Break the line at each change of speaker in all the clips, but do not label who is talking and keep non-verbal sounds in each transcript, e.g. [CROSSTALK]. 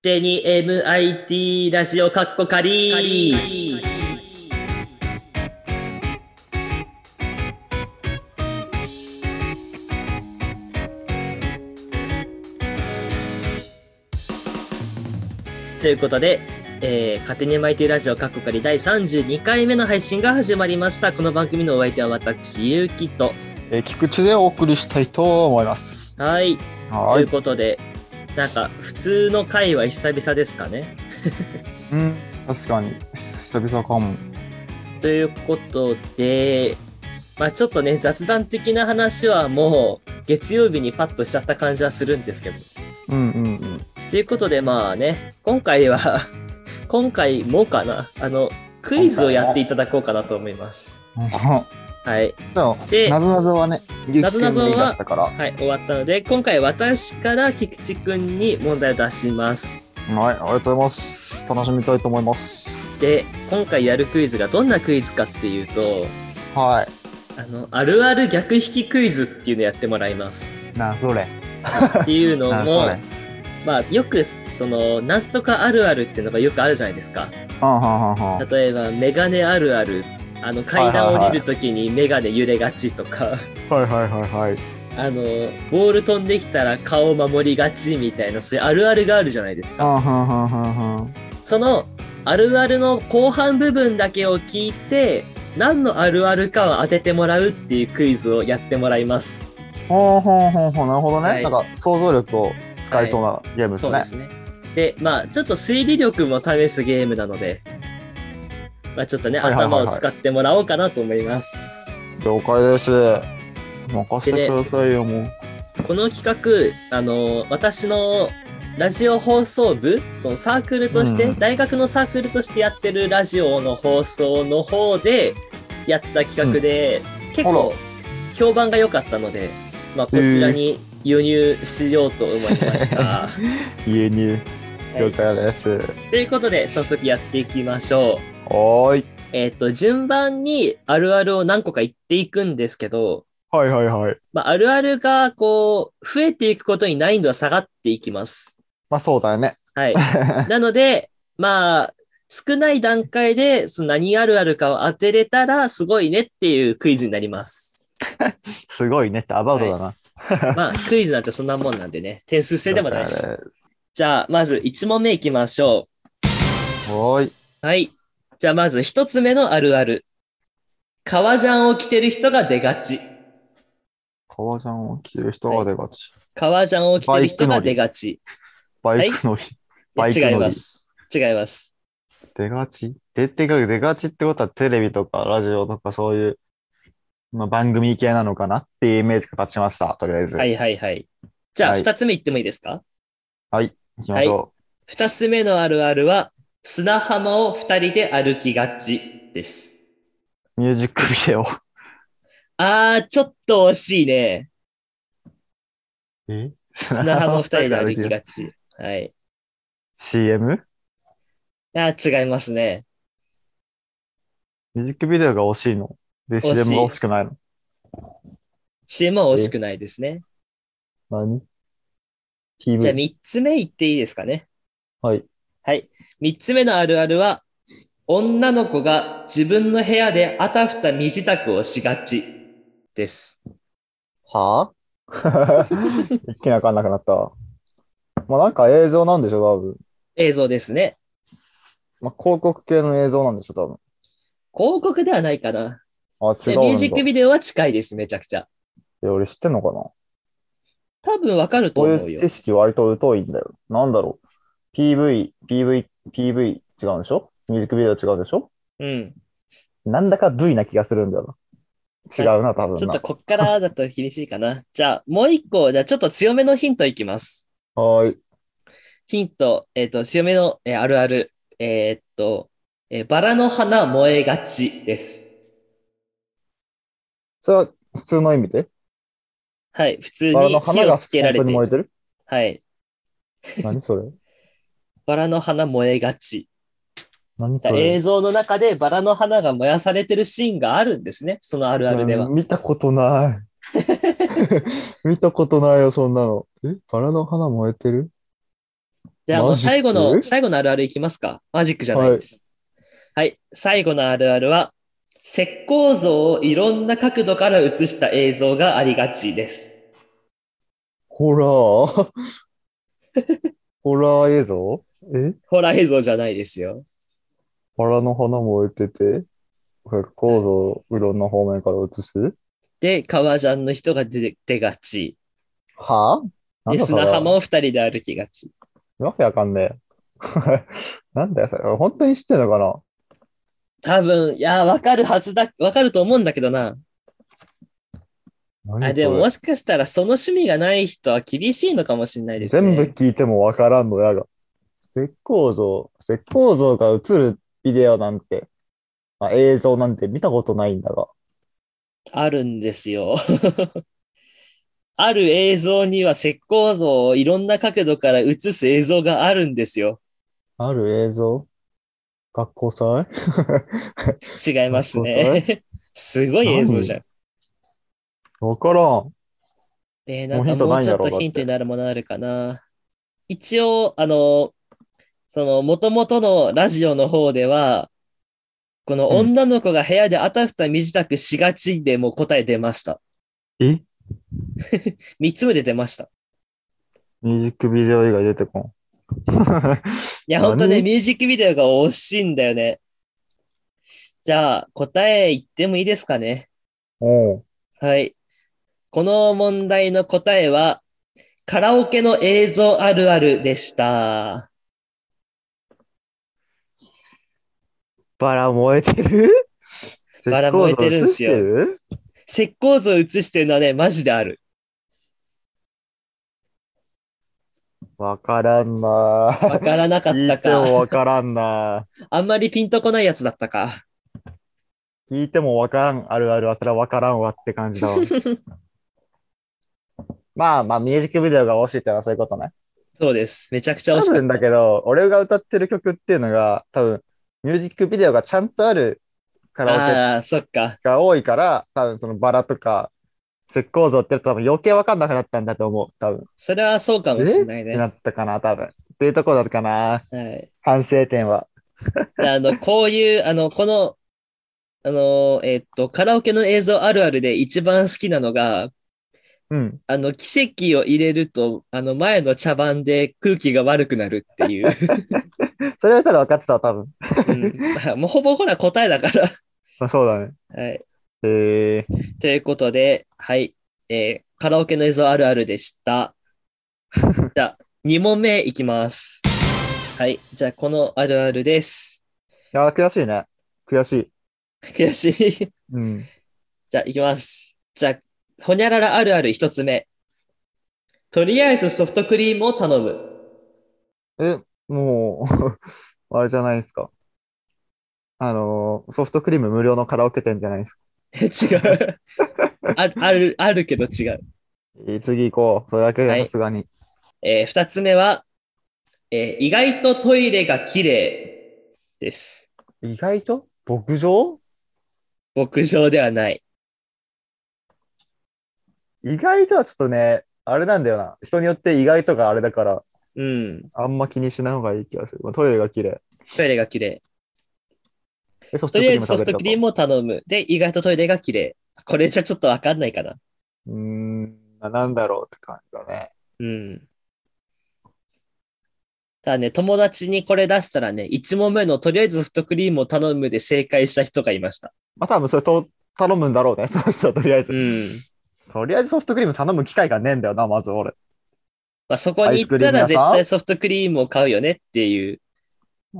手に MIT ラジオカッコカリということで、えー、勝手に MIT ラジオカッコカリ第32回目の配信が始まりました。この番組のお相手は私、ゆうきと。
えー、菊池でお送りしたいと思います。
はい。と
は
いう
い。
ことで、なんか普通の回は久々ですかね。
うん、確かに、久々かも。
ということで、まあ、ちょっとね、雑談的な話はもう、月曜日にパッとしちゃった感じはするんですけど。
うんうんうん。
ということで、まあね、今回は、 [LAUGHS] 今回もかな、あの、クイズをやっていただこうかなと思います。はい。
[LAUGHS] でも、
で
なぞなぞはね、ゆうきくん
なぞなぞは
無理だったから。
はい、終わったので、今回私から菊池くんに問題を出します。
はい、ありがとうございます。楽しみたいと思います。
で、今回やるクイズがどんなクイズかっていうと、
は
あの、あるある逆引きクイズっていうのやってもらいます。
い。な、それ。
っていう
[LAUGHS]
のも、
うん
まあ、よくそのなんとかあるあるっていうのがよくあるじゃないですか
はんはんはん。
例えばメガネあるあるあの階段を降りる時にメガネ揺れがちとか、
はいはいはいはい。
あのボール飛んできたら顔を守りがちみたいなそういうあるあるがあるじゃないです
う
か
ん、はんはんはんはん。
そのあるあるの後半部分だけを聞いて何のあるあるかを当ててもらうっていうクイズをやってもらいます
ほんほんほんほん。なるほどね。
はい
なんか、想像力を使いそうなゲームです
そう
ね。
ですね。で、まあ、ちょっと推理力も試すゲームなので、まあ、ちょっとね、
はいはいはいは
頭
い
を使ってもらおうかなと思います。
了解です。任せてくださいよ、もう。
この企画、あの、私のラジオ放送部、そのサークルとして、
うん
大学のサークルとしてやってるラジオの放送の方でやった企画で、結構評判が良かったので、まあ、こちらに輸入しようと思いました。
家に [LAUGHS] 了解です。
ということで、早速やっていきましょう。
はーい。
えっ、と、順番にあるあるを何個か言っていくんですけど、
はいはいはい。
まあ、あるあるが、こう、増えていくことに難易度は下がっていきます。
まあそうだよね。
はい。なので、まあ、少ない段階で、その何あるあるかを当てれたら、すごいねっていうクイズになります。
すごいねってアバウトだな。
まあ、クイズなんてそんなもんなんでね、点数制でもないし。
は
じゃあ、まず1問目いきましょ
ーい。
う。はい。じゃあ、まず1つ目のあるある。革ジャンを着てる人が出がち。
革ジャンを着る人が出がち。
革ジャンを着てる人が出がち。
バイク乗り。
いや
バイク乗
違
り
います。違います。
出がち出てか出がちってことはテレビとかラジオとかそういう、まあ、番組系なのかなっていうイメージが立ちました。とりあえず。
は。いはいはい。じゃあ、
はい
二つ目いってもいいですか
行きましょ
二つ目のあるあるは、砂浜を二人で歩きがちです。
う。ミュージックビ
[LAUGHS]
デオ。
あー、ちょっと惜しいね。
[LAUGHS] え
砂浜を二人で歩きが
[LAUGHS]
ち。はい。
CM?
あー、違いますね。
ミュージックビデオが惜しいの。で、
惜しい
CM が惜しくないの。
CM は惜しくないですね。
何
じゃあ、
?TV。
三つ目いっていいですかね。
はい。
はい。三つ目のあるあるは、女の子が自分の部屋であたふた身支度をしがちです。
はあ [LAUGHS] 一気にわかんなくなった。まあなんか映像なんでしょ、多分。
映像ですね。
まあ広告系の映像なんでしょ、多分。
広告ではないかな。
あ、違
で
う
ミュージック
んだ。
ビデオは近いです、めちゃくちゃ。
え、俺知ってんのかな
多分わかると
そう
思う
いう
よ
知。識割と疎いんだよ。なんだろう。PV、PV、PV 違うんでしょミュージックビデオ違うでしょ
うん。
なんだか V な気がするんだよな。違うな、多
ち
分
ょっ
な
と。こっからだと厳しいかな。じゃあ、もう一個、じゃあちょっと強めのヒントいきます。
はーい。
ヒント、えっ、と、強めの、えーあるある。えーっと、えーバラの花燃えがちです。
それは普通の意味で
はい。普通
バラの
に火
花
を
が
つ
本
けられ
当
て
に
い
燃
る。
えてる
はい。
何それ
バラの花燃えがち。だ
何そ
から
れ
映像の中でバラの花が燃やされてるシーンがあるんですね。そのあるあるでは。
いや見たこ
[LAUGHS]
とない。見たことないよ、そんなの。え、バラの花燃えてる
じゃあもう
マジック
最後の、最後のあるあるいきますか。マジックじゃないです。はい、最後のあるあるは、石膏像をいろんな角度から映した映像がありがちです。
ホ
[LAUGHS]
ラーホラー映像え
ホラー映像じゃないですよ。
バラの花燃えてて、これ構造いろんな方面から映す
で、革ジャンの人が出て出がち。
はぁなん
で、
だそれ
砂浜を二人で歩きがち。
わけわかんねえ。 [LAUGHS] なんだよ、それ。本当に知ってんのかな
多分、いや、わかるはずだ、わかると思うんだけどな。
何
あでも
それ
もしかしたらその趣味がない人は厳しいのかもしれないですね。
全部聞いてもわからんのやが。石膏像、石膏像が映るビデオなんて、あ、映像なんて見たことないんだが。
あるんですよ。 [LAUGHS] ある映像には石膏像をいろんな角度から映す映像があるんですよ。
ある映像学校祭 [LAUGHS]
違いますね。 [LAUGHS] すごい映像じゃん。
わからん。
えー、
も
な
う
か
んヒント
も
な
う
いん
ちょ
だ
っ
ろう
とヒントになるものあるかな。一応、あの、その、もともとのラジオの方では、この
うん
女の子が部屋であたふた身支度しがちでもう答え出ました。
え
三つ目で出ました。
ミュージックビデオ以外出てこん。 [LAUGHS]
いや、ほんとね、
何
ミュージックビデオが惜しいんだよね。じゃあ、答え言ってもいいですかね。
おう
はい。この問題の答えは、カラオケの映像あるあるでした。
バラ燃えてる
バラ燃えてるんすよ
石膏像
石
映してる
膏像を映してるのはね、マジであ
[LAUGHS]
る。
わからんな
わ
わ
からなかっ
聞
た
いても
か。
わからんな
あんまりピンとこないやつだったか。
聞いてもわからんあるあるはそれはわからんわって感
[LAUGHS]
じだわ。まあまあ、ミュージックビデオが惜しいってのはそういうことね。
そうです。めちゃくちゃ惜
多
しかっ
分だけど、俺が歌ってる曲っていうのが、多分、ミュージックビデオがちゃんとあるカ
た。
ラオケ
ああー、そっか。
が多いから、多分そのバラとか、石膏像って多分余計わかんなくなったんだと思う。多分。
それはそうかもしれない
っ
ね。
てな
は
ったかな、多分。っていうところだったかな。
い。
反省点は。
であの、こういう、あの、この、あの、えっと、カラオケの映像あるあるで一番好きなのが、
うん。
あの、奇跡を入れると、あの、前の茶番で空気が悪くなるっていう。
それはただ分かってたわ、多分。
うんまあもうほぼほら答えだから。
まあ、そうだね。
はい。
えー、
ということで、はい。えーカラオケの映像あるあるでした。じゃあ、2問目いきます。はい。じゃあ、このあるあるです。
いや、悔しいね。悔しい。
悔しい。
うん。
じゃあ、いきます。じゃあ、ほにゃららあるある一つ目。とりあえずソフトクリームを頼む。
え、もう [LAUGHS] 、あれじゃないですか。あのーソフトクリーム無料のカラオケ店じゃないですか。
違う。ある、ある、あるけど違う。
えー次行こう。それだけ
は
が
い
さすがに。
えー二つ目は、えー意外とトイレが綺麗です。
意外と牧場
牧場ではない。
意外とはちょっとね、あれなんだよな。人によって意外とかあれだから、
うん。
あんま気にしない方がいい気がする。まあ、トイレが綺麗。
トイレが綺麗。
え、ソフ
と
トク
りあ
リ
え
ー
ず
ム
ソ
食
フ
べ
ト
ると
クリームを頼む。で、意外とトイレが綺麗。これじゃちょっとわかんないかな。
うーん、まあなんだろうって感じだね。
うん。ただね、友達にこれ出したらね、1問目のとりあえずソフトクリームを頼むで正解した人がいました。
まあ、多分それと頼むんだろうね。 [LAUGHS] その人はとりあえず。
うん。
とりあえずソフトクリーム頼む機会がねえんだよな、まず俺。
まあ、そこに行ったら絶対ソフトクリームを買うよねっていう、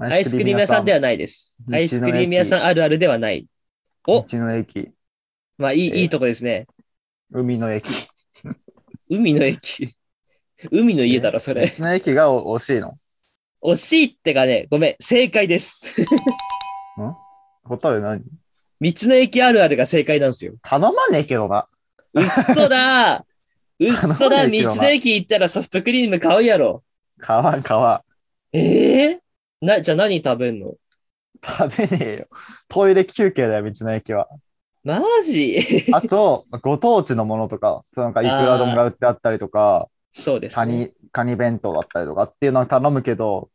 アイスクリーム屋さんではないです。
道の
アイ
駅
スクリーム屋さんあるあるではない。お
道の駅、
まあ、いい、
えー
いいとこですね。
海の駅。
海の駅。 [LAUGHS] 海の家だろ、それ。
道の駅がお惜しいの。
惜しいってかね、ごめん、正解です。 [LAUGHS]
答え何
道の駅あるあるが正解なんですよ。
頼まねえけどな。
うっ [LAUGHS] そだうっそだ道
頼まないけどな
の駅行ったらソフトクリーム買うやろ。
買わん買わ
ええな、じゃあ何食べんの
ん。食べねえよ。トイレ休憩だよ、道の駅は。
マジ [LAUGHS]
あと、ご当地のものとか、そうなんかいくら丼が売ってあったりとか、
そうです、
カ
ね。
ニ、カニ弁当だったりとかっていうのは頼むけど、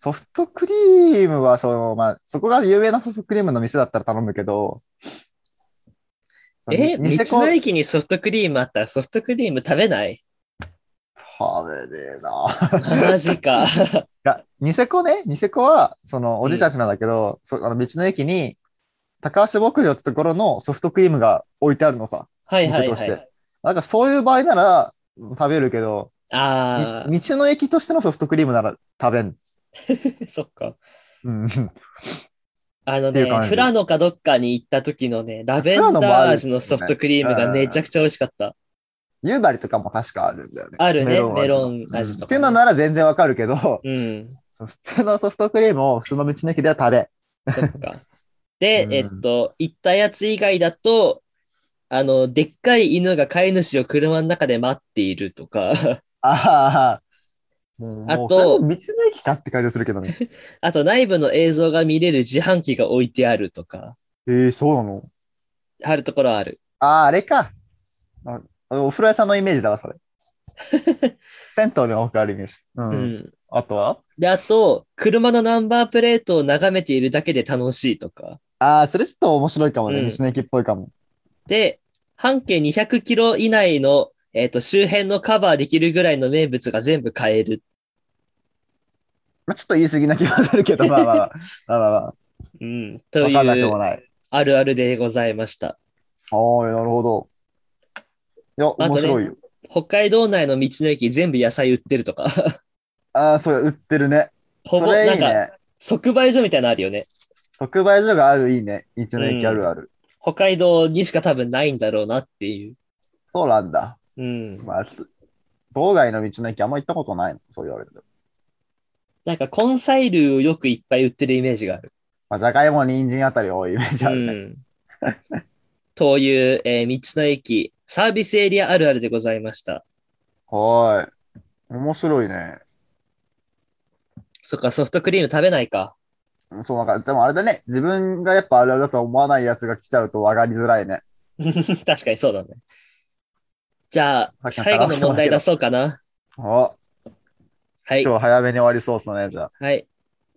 ソフトクリームはその、まあ、そこが有名なソフトクリームの店だったら頼むけど、
え、
ニセ
道
コ
の駅にソフトクリームあったらソフトクリーム食べない
食べねえな。
マジ
[LAUGHS]
か。
いや、ニセコね、ニセコは、その、おじいちゃんちなんだけど、そあの道の駅に、高橋牧場ってところのソフトクリームが置いてあるのさ。
はいはい
店と
は
し
い
て。なんかそういう場合なら食べるけど、み
あ
道の駅としてのソフトクリームなら食べん。
あ、そっか。
うん、 [LAUGHS]
あの
っ
ね
ていう感、じ
富良野かどっかに行った時のね、ラベン
富良野もあ
ダー
る
味のソフトクリームがめちゃくちゃ美味しかった。
夕張とかも確かあるんだよね。
あるね
味の
メロン味とかね
うんっていうのなら全然わかるけど、
うん、
そう普通のソフトクリームを普通の道の駅では食べん。
そっ
[LAUGHS]
か。で
う、ん
えっと、行ったやつ以外だと、あの、でっかい犬が飼い主を車の中で待っているとか、
ああ。もう
あと
もうそれも道の駅かって感じがするけ
[LAUGHS]
どね。
あと内部の映像が見れる自販機が置いてあるとか、
えー、そうなの
あるところはある。
ああ、あれか。あお風呂屋さんのイメージだわ、
[LAUGHS]
それ。銭湯に多くあるイメージ。うん。
うん。
あとは
で、あと、車のナンバープレートを眺めているだけで楽しいとか。
ああ、それちょっと面白いかもね。
うん
道の駅っぽいかも。
で、半径200キロ以内の、えっと周辺のカバーできるぐらいの名物が全部買える。
まあ、ちょっと言い過ぎな気がするけど、まあ
[LAUGHS]
まあまあ。まあまあま
うん、
あ、
と
わ
い
かんなくも
う
ない。
あるあるでございました。
ああ、なるほど。いや、
ね
面白いよ。
北海道内の道の駅全部野菜売ってるとか。 [LAUGHS]
ああ、そうや、売ってるね。
ほ
そ
ぼ、
れ
ないん
い
か、
ね。
即売所みたいなのあるよね。
特売所があるいいね。道の駅あるある。
北海道にしか多分ないんだろうなっていう。
そうなんだ。
うん。
まあ、す道外の道の駅あんま行ったことないの。そう言われると。
なんか、根菜類をよくいっぱい売ってるイメージがある。
まあ、じゃがいも、人参あたり多いイメージあるね。
うん。という、えー道の駅、サービスエリアあるあるでございました。
はーい。面白いね。
そっか、ソフトクリーム食べないか。 [LAUGHS]
そう、なんか、でもあれだね。自分がやっぱあれだと思わないやつが来ちゃうと分かりづらいね。
確かにそうだね。じゃあ、
さっき
最後の問題出そうかな。
あ、
はい。
今日早めに終わりそうっすね、じゃあ。
はい。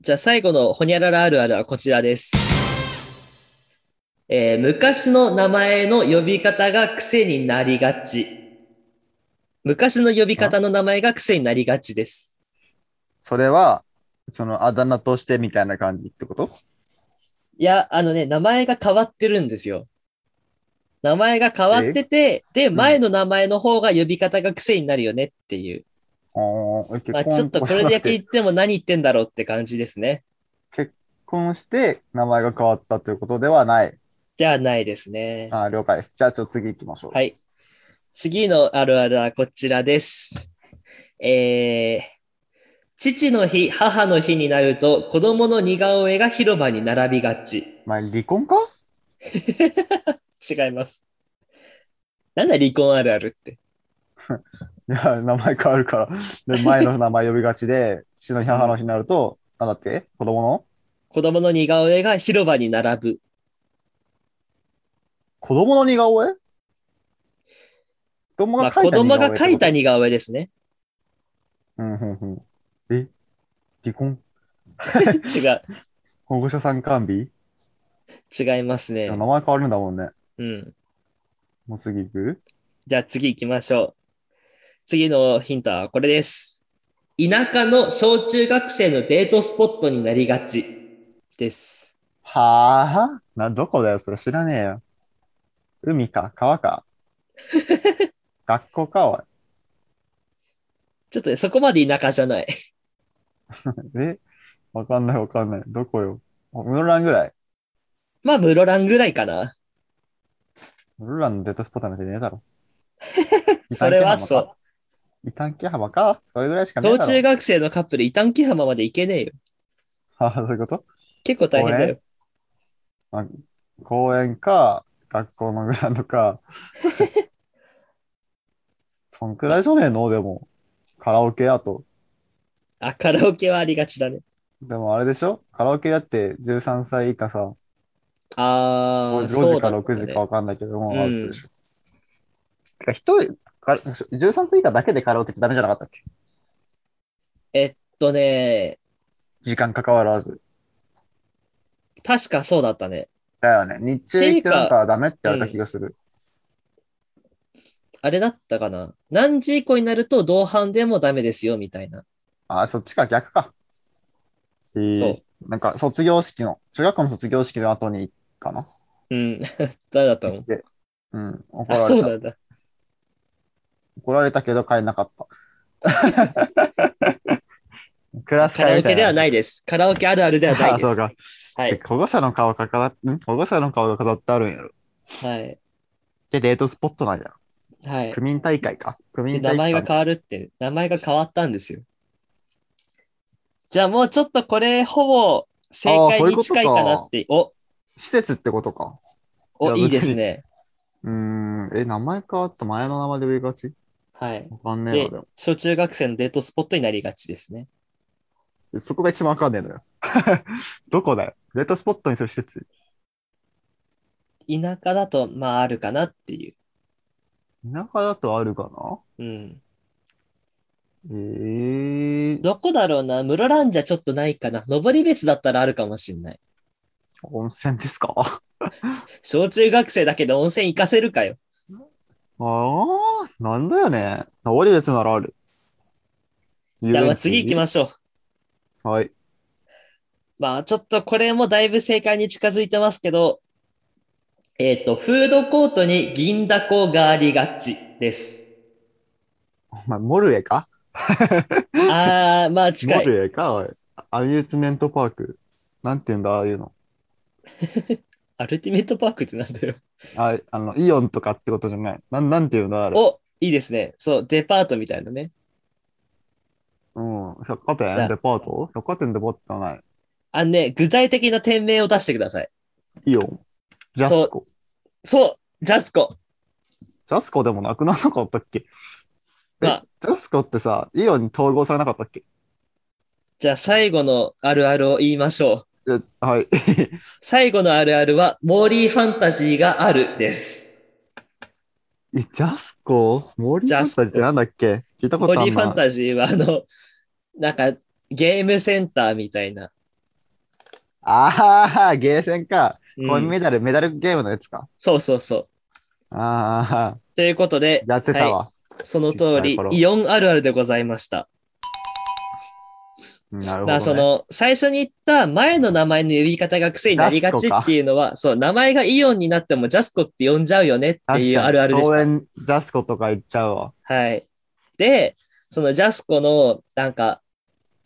じゃあ最後のホニャララあるあるはこちらです。えー昔の名前の呼び方が癖になりがち。昔の呼び方の名前が癖になりがちです。
それは、そのあだ名としてみたいな感じってこと
いや、あのね、名前が変わってるんですよ。名前が変わってて、で、
ん
前の名前の方が呼び方が癖になるよねっていう。
あーえ結
まあ、
婚
ちょっとこれだけ
結
言っても何言ってんだろうって感じですね。
婚して名前が変わったということではない。
ではないですね。
あー了解です。じゃあ、ちょっと次行きましょう。
はい。次のあるあるはこちらです。えー、父の日、母の日になると子供の似顔絵が広場に並びがち。
まあ、離婚か [LAUGHS]
違います。なんだ離婚あるあるって。
いや、名前変わるから。で、前の名前呼びがちで、父の日、母の日になると、なんだっけ子供の
子供の似顔絵が広場に並ぶ。
子供の似顔絵子供
まあ、
が描
子
いた似
供
顔絵
が描いた
って
似顔絵ですね。 [LAUGHS]
ことうんうんうん。え離婚
違う。
保護者参観日、い
違いますね
や。名前変わるんだもんね。
うん。
もう次行く
じゃあ次行きましょう。次のヒントはこれです。田舎の小中学生のデートスポットになりがちです。
はあな、どこだよそれ知らねえよ。海か
[LAUGHS]
川か学校かおい。
ちょっとねそこまで田舎じゃない。 [LAUGHS]
えわかんないわかんない。どこよあ室蘭ぐらい。
まあ、室蘭ぐらいかな。
室蘭のデートスポットなんてねえだろ。。
[LAUGHS] それはそう
異端気浜かそれぐらいしかねえ
小
だ
中
ろ。
学生のカップル、異端気浜まで行けねえよ。
[LAUGHS] あそういうこと
結構大変だよ。
公園か、学校のグラウンドか。そんくらいじゃねえのでも、カラオケやと。
あ、カラオケはありがちだね。
でもあれでしょカラオケだって13歳以下さ、
あ
5
ー、
時
そう
か
だ、
6時か。わかんないけども、
うん
アウトでしょ。てか一人、か13歳以下だけでカラオケってダメじゃなかったっけ
えっとね、
時間関わらず。
確かそうだったね。
だよね。日中行ってなんかダメって言われた気がする。
あれだったかな。何時以降になると同伴でもダメですよ、みたいな。
ああ、そっちか、逆か。えー
そ
なんか卒業式の、中学校の卒業式の後にかな。
う。うん。誰だったの
で、うん、怒
あ、
ら
そ
れ
う
た。
なんだ。
怒られたけど帰えなかった。
[LAUGHS]
クラス
カラ
会
オ
みた
ケ
い
で
な
はないです。カラオケあるあるではないで
あそう
す。
か
は
[LAUGHS] え
い。
保護者の顔が飾って、ん保護者の顔が飾ってあるんやろ。
はい。
で、デートスポットなんや。
はい。
区民大会か。区
で名
民大
前
会
が
の。
変わるって、名前が変わったんですよ。じゃあもうちょっとこれ、ほぼ正
あー
解
そうい
に
うこと
近いかなって。お、
施設ってことか。
お、
いや
いいですね。
うーん。え、名前変わった前の名前で売りがち
はい。
わかんねえ
で
な、でも。、
小中学生のデートスポットになりがちですね。
そこが一番わかんねえのよ。 [LAUGHS] どこだよ。デートスポットにする施設。
田舎だと、まああるかなってい
田舎だとあるかな
う。うん。
ええ
どこだろうな室蘭じゃちょっとないかな。登別だったらあるかもしれない。
温泉ですかあ
小中学生だけど温泉行かせるかよ。
あ、なんだよね。登別ならある。遊
じゃあま
園
あ
地
次行きましょう。
はい。
まあちょっとこれもだいぶ正解に近づいてますけど、えっ、と、フードコートに銀だこがありがちです。
お前、モルエか
あー、まあ近
モ
い。
ルエかおいアミューズメントパーク。なんて言うんだ、ああいうの。
アルティメットパークってなんだよ。
あ、あの、イオンとかってことじゃない。なん、なんて言うんだ、あれ。
お、いいですね。そう、デパートみたいなね。
うん。百貨
な
店デパート百貨店デパートじゃない。
あのね、具体的な店名を出してください。
イオン。ジャスコ。
そう、ジャスコ。
ジャスコでもなくならなかったっけ
ま
え
あ、
ジャスコってさ、イオンに統合されなかったっけ
じゃあ最後のあるあるを言いましょう。
えはい。 [LAUGHS]
最後のあるあるは、モーリーファンタジーがあるです。
え、ジャスコモーリーファンタジーってなんだっけ聞いた
モ
こ
ー
とあ
リー
る
ファン
な。
タジーは、あの、 [LAUGHS] なんか、ゲームセンターみたいな。
ああ、ゲーセンか。
うん
コインメダル、メダルゲームのやつか。
そうそうそう。
ああ、
ということで、
やってた
は
わ。
い、その通
小さい
り、
頃
イオンあるあるでございました。
うんなる
だ
ほ
か
ど
ら
ね。
その、最初に言った前の名前の呼び方が癖になりがちっていうのは、そう、名前がイオンになってもジャスコって呼んじゃうよねっていうあるあるでし
応
た。
援ジャスコとか行っちゃうわ。
はい。で、そのジャスコの、なんか、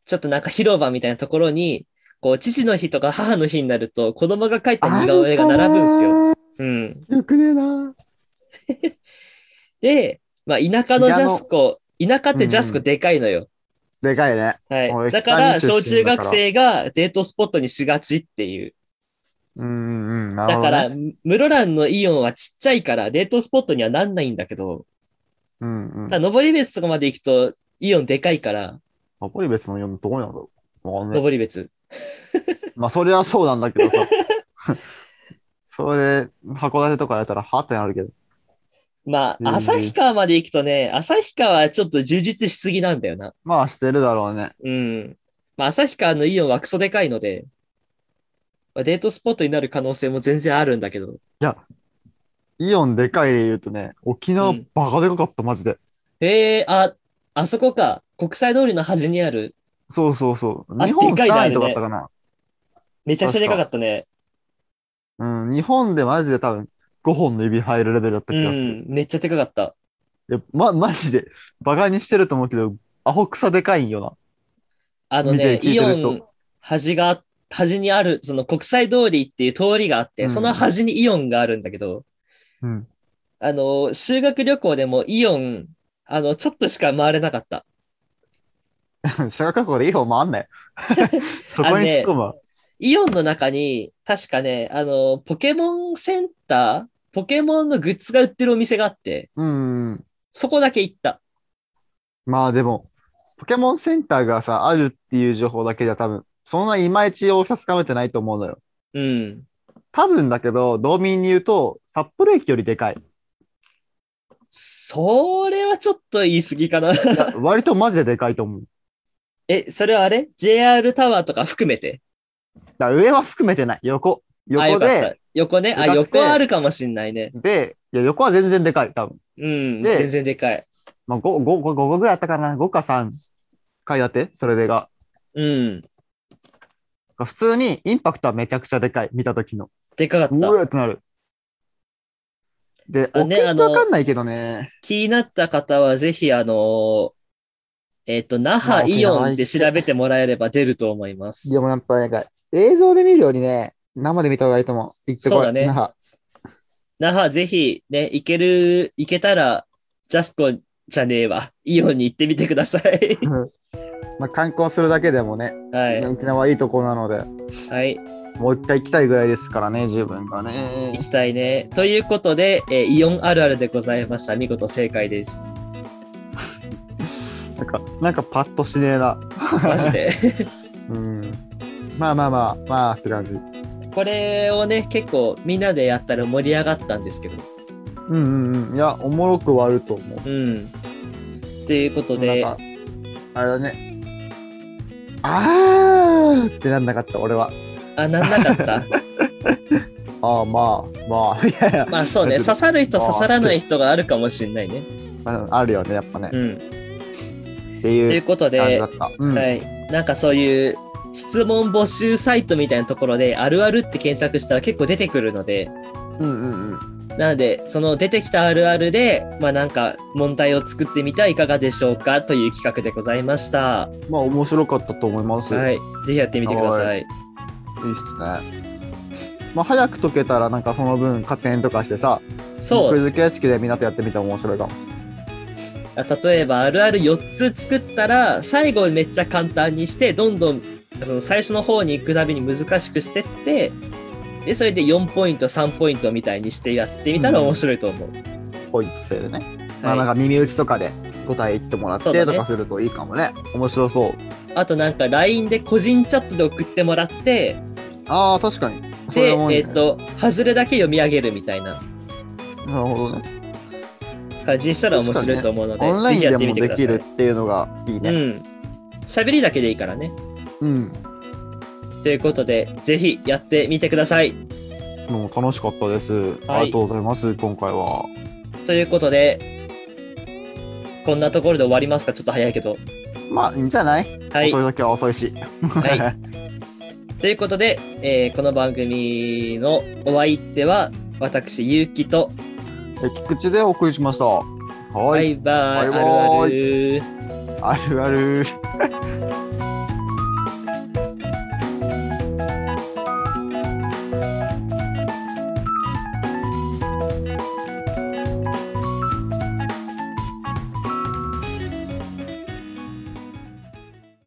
ちょっとなんか広場みたいなところに、こう、父の日とか母の日になると、子供が描いた似顔絵が並ぶんですよ。
よ。
うん。
よくねえな。
で、まあ、田舎のジャスコ、田舎ってジャスコでかいのよ。
でかいね。
は
俺
い。だから、
北
小
見出
中
身だから
学生がデートスポットにしがちっていう。
うんうんうん。なる
だ
ほど、
か
ね。
ら、室蘭のイオンはちっちゃいから、デートスポットにはなんないんだけど、
うんうん
ただ、。登別とかまで行くと、イオンでかいから、
残り別の4どこにあるんだろう。わかんない
登別。
まあ、それはそうなんだけどさ。 [LAUGHS] それで、函館とかやったら、はってなるけど。
ま
うん
あ、旭川まで行くとね、旭川はちょっと充実しすぎなんだよな。
まあ、してるだろうね。
うん。まあ、旭川のイオンはクソでかいので、まあ、デートスポットになる可能性も全然あるんだけど。
イオンでかいで言うとね、沖
う
縄
ん
バカでかかった、マジで。
へえ、あ、あそこか。国際通りの端にある。
そうそうそう。
あ
日本
でかいねあ
3
れ
位
ね
とかだったかな。
めちゃくちゃでかかったね。
うん、日本でマジで多分5本の指入るレベルだった
う
気がする。
ん、めっちゃでかかった。
いや、ま、マジで、バカにしてると思うけど、アホ草でかいんよ
あの
見
ね、
て聞い
イ
て
オ
る人
ン、端が、端にある、その国際通りっていう通りがあって、
うん
その端にイオンがあるんだけど、
な。うん。
あの、修学旅行でもイオン、あの、ちょっとしか回れなかった。
[LAUGHS] 修学旅行でいい方もあ
[LAUGHS]
んねそこに突っ込むわ。
イオンの中に、確かね、あの、ポケモンセンターポケモンのグッズが売ってるお店があって、
うん。
そこだけ行った。
まあでも、ポケモンセンターがさ、あるっていう情報だけじゃ多分、そんないまいち大きさつかめてないと思うのよ。
うん。
多分だけど、道民に言うと、札幌駅よりでかい。
それはちょっと言い過ぎかな。 [LAUGHS]
いや割とマジででかいと思う。
え、それはあれ ?JR タワーとか含めて。
だから上は含めてない。横。
[LAUGHS] あ
横
よかっ
で、
た横ね。あ、
でかく
横
て
はあるかもしんないね。
で、いや、横は全然でかい。多分。
うん、
で
全然でかい。
まあ、5、5、5個ぐらいあったかな。5か3階建てそれでが。
うん。
普通にインパクトはめちゃくちゃでかい。見た時の。
でかかっ
う
た。
わーってなる。で、
あ
奥
ね
行きわかんないけどね。
気になった方は、ぜひ、あのーえっ、と、那
まあ
覇
沖縄
イオンで
行って
調べてもらえれば出ると思います。
でもやっぱなんか、映像で見るよりね、生で見た方がいいと思う。行ってこい。
そうだね
那覇
那覇ぜひ、ね、行ける、行けたら、ジャスコじゃねえわ。 [LAUGHS] イオンに行ってみてくださ
[LAUGHS]
い。
まあ、観光するだけでもね、
は
沖縄いいとこなので、
い。はい。
もう一回行きたいぐらいですからね、自分がね
行。きたいね。ということで、えーイオンあるあるでございました。見事正解
[LAUGHS]
です。
なんか、なんかパッとしねえな。
マジで。
うん。まあまあまあ、まあって感じ。
これをね、結構みんなでやったら盛り上がったんですけど。
うんうんうん。いや、おもろく割ると思う。
うん。ということで、
なんか、あれだね。あーってなんなかった、俺は。
あ、なんな
[LAUGHS]
かった。
ああ、まあ、まあ、いやいや、
まあそうね、刺さる人
あー
刺さらない人があるかもしれないね。
まあ、あ [LAUGHS] るよね、やっぱね。
うん。
って
と
い
いううこと
感じ
で、
だ
は
った。うん。
い。なんかそういう質問募集サイトみたいなところで、あるあるって検索したら結構出てくるので、
うんうんうん。
なので、その出てきたあるあるで、まあなんか問題を作ってみてはいかがでしょうかという企画でございました。
まあ、面白かったと思います。、
はいい。
い
ぜひやってみてくださ。
はいっすね。まあ、早く解けたら、なんかその分、加点とかしてさ、
そ
クイ
う。
ズ形式でみんなとやってみたら面白いかも。
あ例えばあるある4つ作ったら、最後めっちゃ簡単にして、どんどんその最初の方に行くたびに難しくしてって、で、それで4ポイント、3ポイントみたいにしてやってみたら面白いと思う。
ポイント制でね。まあ、なん
はい、
か耳打ちとかで答え言ってもらっ
そう
て
だ
と
ね
かするといいかもね。面白そう。
あとなんか LINE で個人チャットで送ってもらって、
ああ、確かに。そ
で、
れもい
え
い
っ、
ね
と、外れだけ読み上げるみたいな。
なるほどね。
感じにしたら面白いと思うので、
オンラ
ぜ
イン
ひや
で
ってみ
も
てく
で
ださ
き
い。
るっていうのがいいね。
うん。喋りだけでいいからね。
うん。
ということで、ぜひやってみてください。
もう楽しかったです。
はい
ありがとうございます、今回は。
ということで、こんなところで終わりますかちょっと早いけど。
まあ、いいんじゃない、
はい
遅。い時は遅いし。 [LAUGHS]
はということで、えーこの番組のお相手は、私、ゆうきと、
え菊池でお送りしました。はい。
バイバイ、
バイバイ
あるある。
あるある。